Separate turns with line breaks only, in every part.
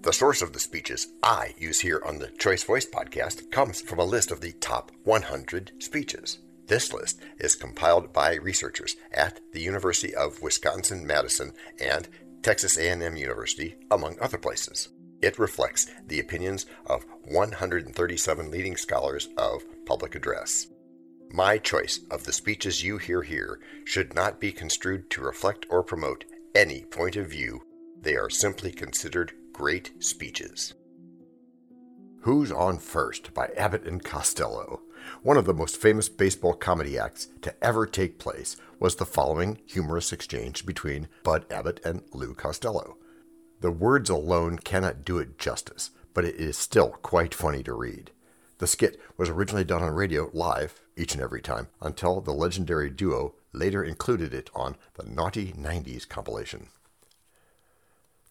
The source of the speeches I use here on the Choice Voice podcast comes from a list of the top 100 speeches. This list is compiled by researchers at the University of Wisconsin-Madison and Texas A&M University, among other places. It reflects the opinions of 137 leading scholars of public address. My choice of the speeches you hear here should not be construed to reflect or promote any point of view. They are simply considered great speeches. Who's on First by Abbott and Costello, one of the most famous baseball comedy acts to ever take place, was the following humorous exchange between Bud Abbott and Lou Costello. The words alone cannot do it justice, but it is still quite funny to read. The skit was originally done on radio live each and every time until the legendary duo later included it on the Naughty 90s compilation.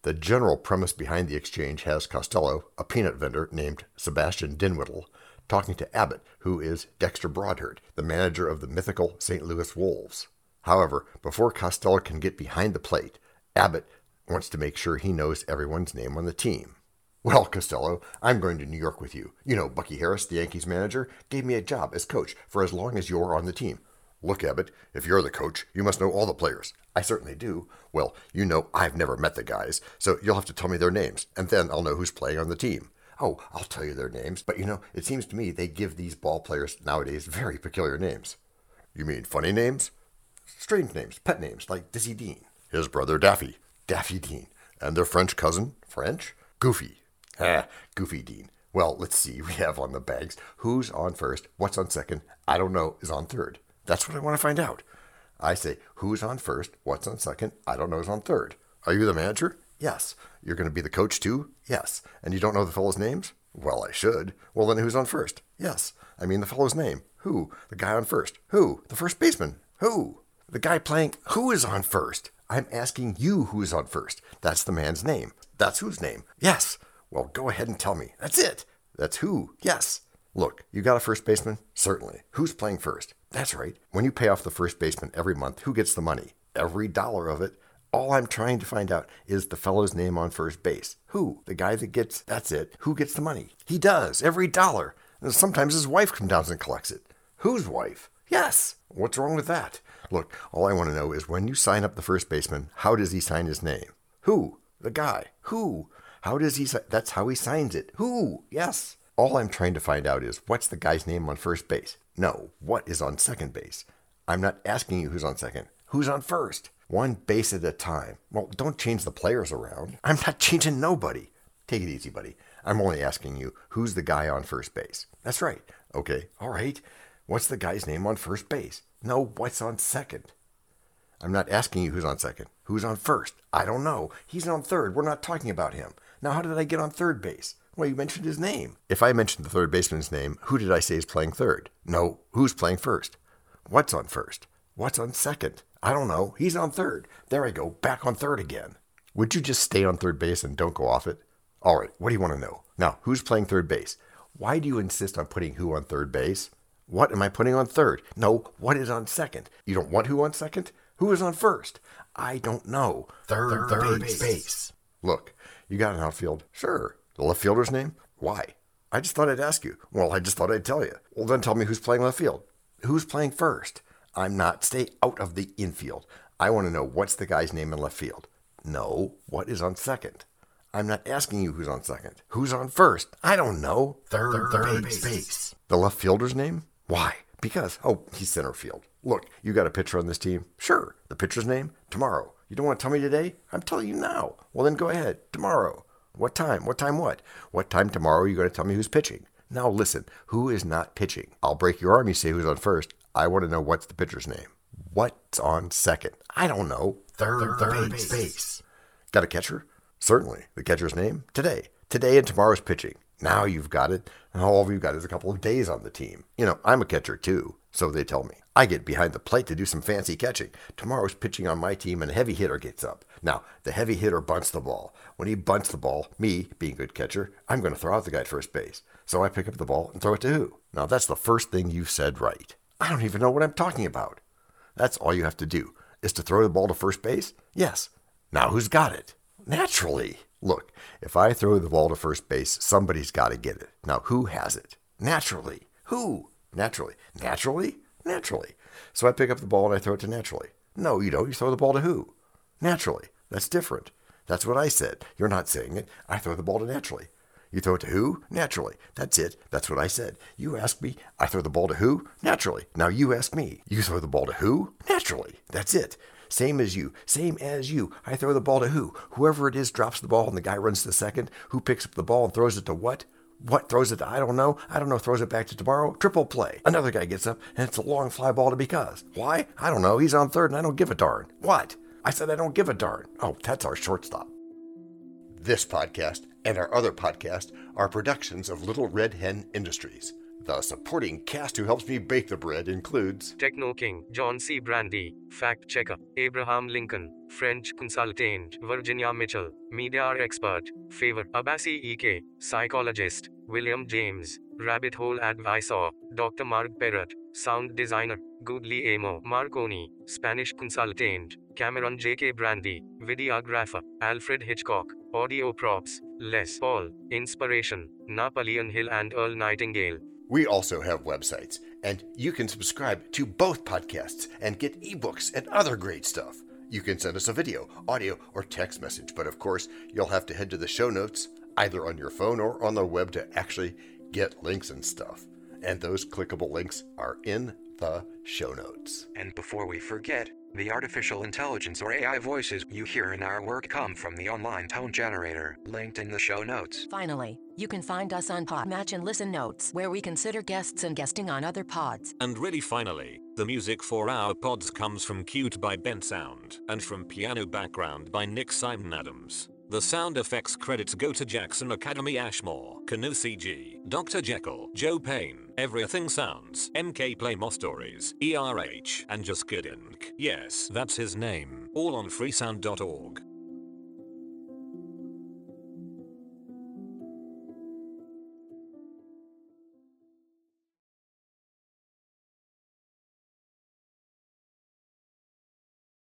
The general premise behind the exchange has Costello, a peanut vendor named Sebastian Dinwiddle, talking to Abbott, who is Dexter Broadhurt, the manager of the mythical St. Louis Wolves. However, before Costello can get behind the plate, Abbott wants to make sure he knows everyone's name on the team. Well, Costello, I'm going to New York with you. You know, Bucky Harris, the Yankees manager, gave me a job as coach for as long as you're on the team. Look, Abbott, if you're the coach, you must know all the players. I certainly do. Well, you know I've never met the guys, so you'll have to tell me their names, and then I'll know who's playing on the team. Oh, I'll tell you their names, but you know, it seems to me they give these ball players nowadays very peculiar names. You mean funny names? Strange names, pet names, like Dizzy Dean, his brother Daffy, Daffy Dean, and their French cousin, French? Goofy. Ah, Goofy Dean. Well, let's see, we have on the bags who's on first, what's on second, I don't know, is on third. That's what I want to find out. I say, who's on first? What's on second? I don't know who's on third. Are you the manager? Yes. You're going to be the coach too? Yes. And you don't know the fellow's names? Well, I should. Well, then who's on first? Yes. I mean the fellow's name. Who? The guy on first. Who? The first baseman. Who? The guy playing. Who is on first? I'm asking you who's on first. That's the man's name. That's whose name? Yes. Well, go ahead and tell me. That's it. That's who? Yes. Look, you got a first baseman? Certainly. Who's playing first? That's right. When you pay off the first baseman every month, who gets the money? Every dollar of it. All I'm trying to find out is the fellow's name on first base. Who? The guy that gets, that's it. Who gets the money? He does, every dollar. And sometimes his wife comes down and collects it. Whose wife? Yes. What's wrong with that? Look, all I want to know is when you sign up the first baseman, how does he sign his name? Who? The guy. Who? How does he sign? That's how he signs it. Who? Yes. All I'm trying to find out is what's the guy's name on first base? No, what is on second base? I'm not asking you who's on second. Who's on first? One base at a time. Well, don't change the players around. I'm not changing nobody. Take it easy, buddy. I'm only asking you who's the guy on first base. That's right. Okay, all right. What's the guy's name on first base? No, what's on second? I'm not asking you who's on second. Who's on first? I don't know. He's on third. We're not talking about him. Now, how did I get on third base? Well, you mentioned his name. If I mentioned the third baseman's name, who did I say is playing third? No, who's playing first? What's on first? What's on second? I don't know. He's on third. There I go, back on third again. Would you just stay on third base and don't go off it? All right, what do you want to know? Now, who's playing third base? Why do you insist on putting who on third base? What am I putting on third? No, what is on second? You don't want who on second? Who is on first? I don't know.
Third,
Third
base.
Look, you got an outfield? Sure. The left fielder's name? Why? I just thought I'd ask you. Well, I just thought I'd tell you. Well, then tell me who's playing left field. Who's playing first? I'm not. Stay out of the infield. I want to know what's the guy's name in left field. No, what is on second? I'm not asking you who's on second. Who's on first? I don't know.
Third, base.
The left fielder's name? Why? Because, oh, he's center field. Look, you got a pitcher on this team? Sure. The pitcher's name? Tomorrow. You don't want to tell me today? I'm telling you now. Well, then go ahead. Tomorrow. What time? What time what? What time tomorrow are you going to tell me who's pitching? Now listen, who is not pitching? I'll break your arm, you say who's on first. I want to know what's the pitcher's name. What's on second? I don't know.
Third, base.
Got a catcher? Certainly. The catcher's name? Today. Today and tomorrow's pitching. Now you've got it, and all you've got is a couple of days on the team. You know, I'm a catcher too, so they tell me. I get behind the plate to do some fancy catching. Tomorrow's pitching on my team, and a heavy hitter gets up. Now, the heavy hitter bunts the ball. When he bunts the ball, me, being good catcher, I'm going to throw out the guy at first base. So I pick up the ball and throw it to who? Now, that's the first thing you've said right. I don't even know what I'm talking about. That's all you have to do is to throw the ball to first base? Yes. Now who's got it? Naturally. Look, if I throw the ball to first base, somebody's got to get it. Now, who has it? Naturally. Who? Naturally. Naturally? Naturally. So I pick up the ball and I throw it to naturally. No, you don't. You throw the ball to who? Naturally. That's different. That's what I said. You're not saying it. I throw the ball to naturally. You throw it to who? Naturally. That's it. That's what I said. You ask me, I throw the ball to who? Naturally. Now you ask me. You throw the ball to who? Naturally. That's it. Same as you. Same as you. I throw the ball to who? Whoever it is drops the ball and the guy runs to the second. Who picks up the ball and throws it to what? What throws it to I don't know. I don't know. Throws it back to tomorrow. Triple play. Another guy gets up and it's a long fly ball to because. Why? I don't know. He's on third and I don't give a darn. What? I said I don't give a darn. Oh, that's our shortstop. This podcast and our other podcast are productions of Little Red Hen Industries. The supporting cast who helps me bake the bread includes
Techno King, John C. Brandy, Fact Checker, Abraham Lincoln, French Consultant, Virginia Mitchell, Media Expert, Favor, Abasi E.K., Psychologist, William James, Rabbit Hole Advisor, Dr. Mark Perrott, Sound Designer, Goodly Amo, Marconi, Spanish Consultant, Cameron J.K. Brandy, Videographer, Alfred Hitchcock, Audio Props, Les Paul, Inspiration, Napoleon Hill and Earl Nightingale.
We also have websites, and you can subscribe to both podcasts and get ebooks and other great stuff. You can send us a video, audio, or text message, but of course, you'll have to head to the show notes, either on your phone or on the web, to actually get links and stuff. And those clickable links are in the show notes.
And before we forget, the artificial intelligence or AI voices you hear in our work come from the online tone generator, linked in the show notes.
Finally, you can find us on Podmatch and Listen Notes, where we consider guests and guesting on other pods.
And really finally, the music for our pods comes from Cute by Ben Sound and from Piano Background by Nick Simon Adams. The sound effects credits go to Jackson Academy Ashmore, Canoe CG, Dr. Jekyll, Joe Payne, Everything Sounds, MK Play More E Stories, ERH, and Just Good Inc. Yes, that's his name. All on freesound.org.